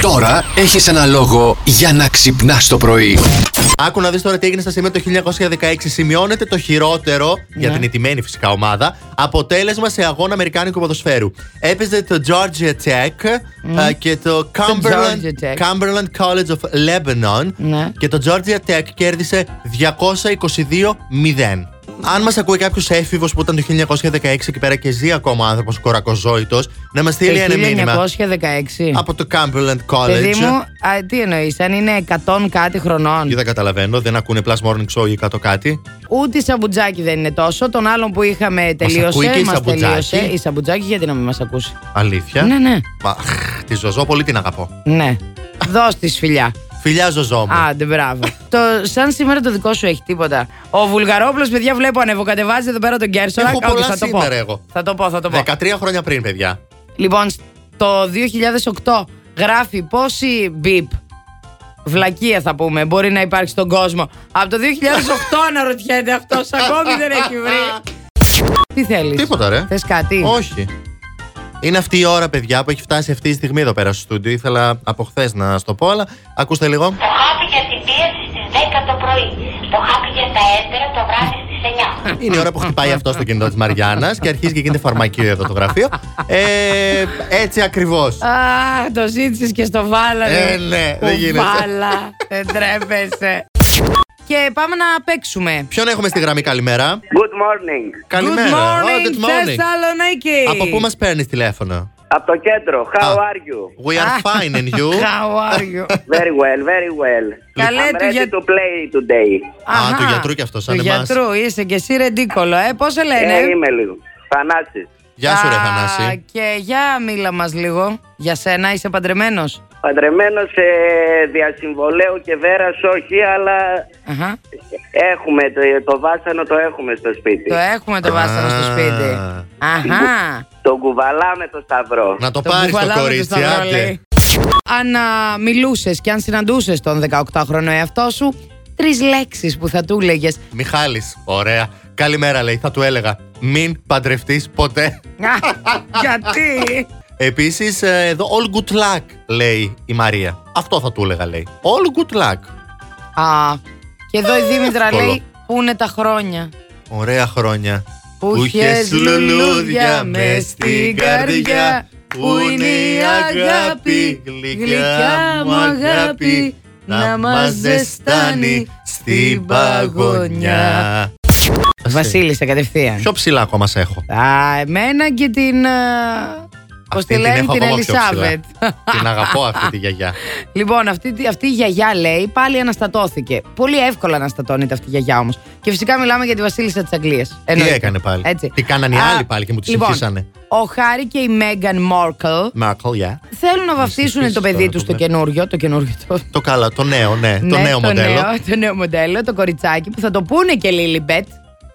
Τώρα έχεις ένα λόγο για να ξυπνάς το πρωί. Άκου να δεις τώρα τι έγινε στα σημεία το 1916. Σημειώνεται το χειρότερο, Ναι. για την ηττημένη φυσικά ομάδα, αποτέλεσμα σε αγώνα Αμερικάνικου ποδοσφαίρου. Έπαιζε το Georgia Tech ε, και το Cumberland, Georgia Tech. Cumberland College of Lebanon Ναι. και το Georgia Tech κέρδισε 222-0. Αν μας ακούει κάποιος έφηβος που ήταν το 1916 εκεί πέρα και ζει ακόμα άνθρωπο κορακοζόητος, να μας στείλει ένα μήνυμα. Το 1916. Από το Cumberland Ε, Παιδί μου, College. α, τι εννοείς, αν είναι 100 κάτι χρονών. Και δεν καταλαβαίνω, δεν ακούνε Plus Morning Show ή κάτω κάτι. Ούτε η Σαμπουτζάκη δεν είναι τόσο. Τον άλλον που είχαμε τελείωσε. ακούει και η μας Σαμπουτζάκη. Ε. τελείωσε. Η Σαμπουτζάκη γιατί να μην μας ακούσει. Αλήθεια. Ναι, ναι. Μα, χ, τη Ζωζό πολύ την αγαπώ. Ναι. Δώσ' της φιλιά. Φιλιά Ζωζό μου. Άντε, μπράβο. το, σαν σήμερα το δικό σου έχει τίποτα. Ο Βουλγαρόπουλος, παιδιά, βλέπω ανεβοκατεβάζει εδώ πέρα τον Κέρσορα. Έχω Άκου, πολλά θα το πω. σήμερα εγώ. Θα το πω, θα το πω. 13 χρόνια πριν, παιδιά. Λοιπόν, το 2008 γράφει πόση μπιπ βλακεία θα πούμε μπορεί να υπάρχει στον κόσμο. Από το 2008 αναρωτιέται αυτός, ακόμη δεν έχει βρει. Τι θέλεις, Τίποτα, ρε. θες κάτι. Όχι. Είναι αυτή η ώρα, παιδιά, που έχει φτάσει αυτή η στιγμή εδώ πέρα στο στούντιο. Ήθελα από χθες να σου το πω, αλλά ακούστε λίγο. Το χάπι για την πίεση στις 10 το πρωί. Το χάπι για τα έντερα το βράδυ στις 9. Είναι η ώρα που χτυπάει αυτό στο κινητό της Μαριάννας και αρχίζει και γίνεται φαρμακείο εδώ το γραφείο. Ε, έτσι ακριβώς. Α, το ζήτησες και στο βάλα. Ε, ναι, δεν γίνεται. Βάλα, δεν τρέπεσαι. και πάμε να παίξουμε. Ποιον έχουμε στη γραμμή, καλημέρα. Good morning. Καλημέρα. Good Oh, morning, Θεσσαλονίκη. Από πού μας παίρνεις τηλέφωνο. Από το κέντρο. How Α. are you? We are fine and you. How are you? Very well, very well. Καλέ I'm του ready για- to play today. Α, Αχα. του γιατρού κι αυτός, σαν Του εμάς. γιατρού, είσαι και εσύ ρεντίκολο, ε. Πώς σε λένε, Ε, είμαι λίγο. Θανάσης. Γεια σου, ρε Α, Θανάση. Και για μίλα μας λίγο. Για σένα, είσαι παντρεμένος. Παντρεμένος σε διασυμβολέου και βέρας όχι, αλλά Αχα. έχουμε το, το βάσανο το έχουμε στο σπίτι. Το έχουμε το βάσανο στο Α. σπίτι. Αχα. Το κουβαλάμε το σταυρό. Να το Το πάρεις το κουβαλάμε κορίτσι, στο σταυρό, άντε. λέει. Αν α, μιλούσες και αν συναντούσες τον 18χρονο εαυτό σου, τρεις λέξεις που θα του λέγες. Μιχάλης, ωραία. Καλημέρα, λέει. Θα του έλεγα. Μην παντρευτείς ποτέ. Α, Γιατί. Επίσης, ε, εδώ all good luck, λέει η Μαρία. Αυτό θα του έλεγα, λέει. All good luck. Α, και εδώ η Δήμητρα εύκολο. λέει, πού είναι τα χρόνια. Ωραία χρόνια. Που είχες είχες λουλούδια μες στην καρδιά, που είναι η αγάπη, γλυκιά μου αγάπη, να μας ζεστάνει στην παγωνιά. Βασίλισσα κατευθείαν. Πιο ψηλά ακόμα σε έχω. Α, εμένα και την. ε, Πώς Αυτή τη λένε, έχω την ακόμα πιο ψηλά. Ελισάβετ. την αγαπώ αυτή τη γιαγιά. Λοιπόν, αυτή, αυτή η γιαγιά λέει πάλι αναστατώθηκε. Πολύ εύκολα αναστατώνεται αυτή η γιαγιά όμως. Και φυσικά μιλάμε για τη Βασίλισσα της Αγγλίας. έκανε πάλι? Τι κάνανε οι άλλοι πάλι και μου τη λοιπόν, συγχύσανε. Ο Χάρη και η Μέγαν Μόρκελ Μάρκολ, yeah. θέλουν να βαφτίσουν συγχύσεις το τώρα, παιδί το του το βλέπω. καινούριο. Το καινούριο το. Το καλά, το νέο, ναι. το Ναι, νέο μοντέλο. νέο- το νέο μοντέλο, το κοριτσάκι που θα το πούνε και Λίλιμπετ.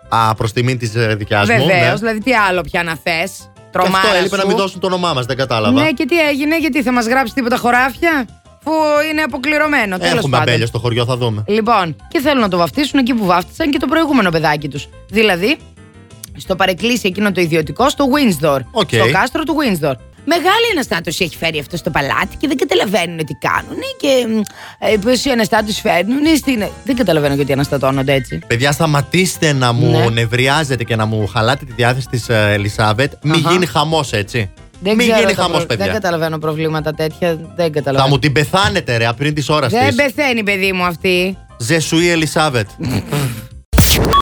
Α, προς τιμή της δικιάς μου. Βεβαίως, ναι. δηλαδή τι άλλο πια να θες. Και Τρομάρα Αυτό έλειπε σου. να μην δώσουν το όνομά μας, δεν κατάλαβα. Ναι, και τι έγινε, γιατί θα μας γράψει τίποτα χωράφια, που είναι αποκληρωμένο. τέλος Έχουμε πάντων. αμπέλια στο χωριό, θα δούμε. Λοιπόν, και θέλουν να το βαφτίσουν εκεί που βάφτισαν και το προηγούμενο παιδάκι τους. Δηλαδή, στο παρεκκλήσι εκείνο το ιδιωτικό, στο Windsor. Οκ. Στο κάστρο του Windsor. Μεγάλη αναστάτωση έχει φέρει αυτό στο παλάτι και δεν καταλαβαίνουν τι κάνουν και μ, ε, πόση αναστάτωση φέρνουν. Στην... Δεν καταλαβαίνω γιατί αναστατώνονται έτσι. Παιδιά, σταματήστε να μου Ναι. νευριάζετε και να μου χαλάτε τη διάθεση της Ελισάβετ. Μην Αχα. γίνει χαμός, έτσι. Δεν Μην ξέρω γίνει τα χαμό, προ- Δεν παιδιά. καταλαβαίνω προβλήματα τέτοια. Δεν Θα καταλαβαίνω. μου την πεθάνετε, ρε, πριν τη ώρα Δεν της. πεθαίνει, παιδί μου, αυτή. Ζεσουή Ελισάβετ.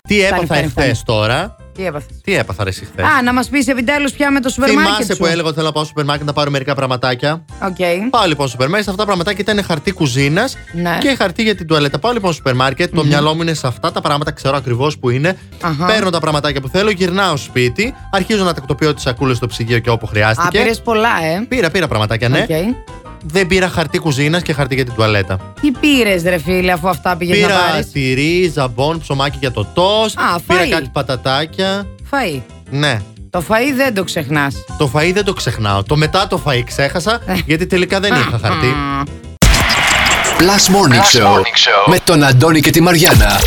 Τι έπαθα φτάνει, εχθέ τώρα. Τι έπαθε. Τι έπαθα ρε χθες. Α, να μας πεις επιτέλους πια με το σούπερ μάρκετ. Θυμάσαι που έλεγα ότι θέλω να πάω στο σούπερ μάρκετ να πάρω μερικά πραγματάκια. Οκ. Πάω λοιπόν στο σούπερ μάρκετ. Αυτά τα πραγματάκια ήταν χαρτί κουζίνας Ναι. και χαρτί για την τουαλέτα. Πάω λοιπόν στο σούπερ μάρκετ. Το μυαλό μου είναι σε αυτά τα πράγματα, ξέρω ακριβώς που είναι. Αχα. Παίρνω τα πραγματάκια που θέλω, γυρνάω σπίτι. Αρχίζω να τακτοποιώ τις σακούλες στο ψυγείο και όπου Α, χρειάστηκε. πήρες πολλά, ε. Πήρα, πήρα πραγματάκια, ναι. Οκ. Δεν πήρα χαρτί κουζίνας και χαρτί για την τουαλέτα. Τι πήρες, ρε φίλε, αφού αυτά πήγες να πήρα πάρεις. τυρί, ζαμπόν, ψωμάκι για το τόστ. Α, Πήρα φαΐ. κάτι πατατάκια. Φαΐ. Ναι. Το φαΐ δεν το ξεχνάς. Το φαΐ δεν το ξεχνάω. Το μετά το φαΐ ξέχασα Ε. γιατί τελικά δεν είχα χαρτί. Plus Morning, Show, με τον Αντώνη και τη Μαριάνα.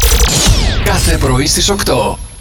Κάθε πρωί στις 8.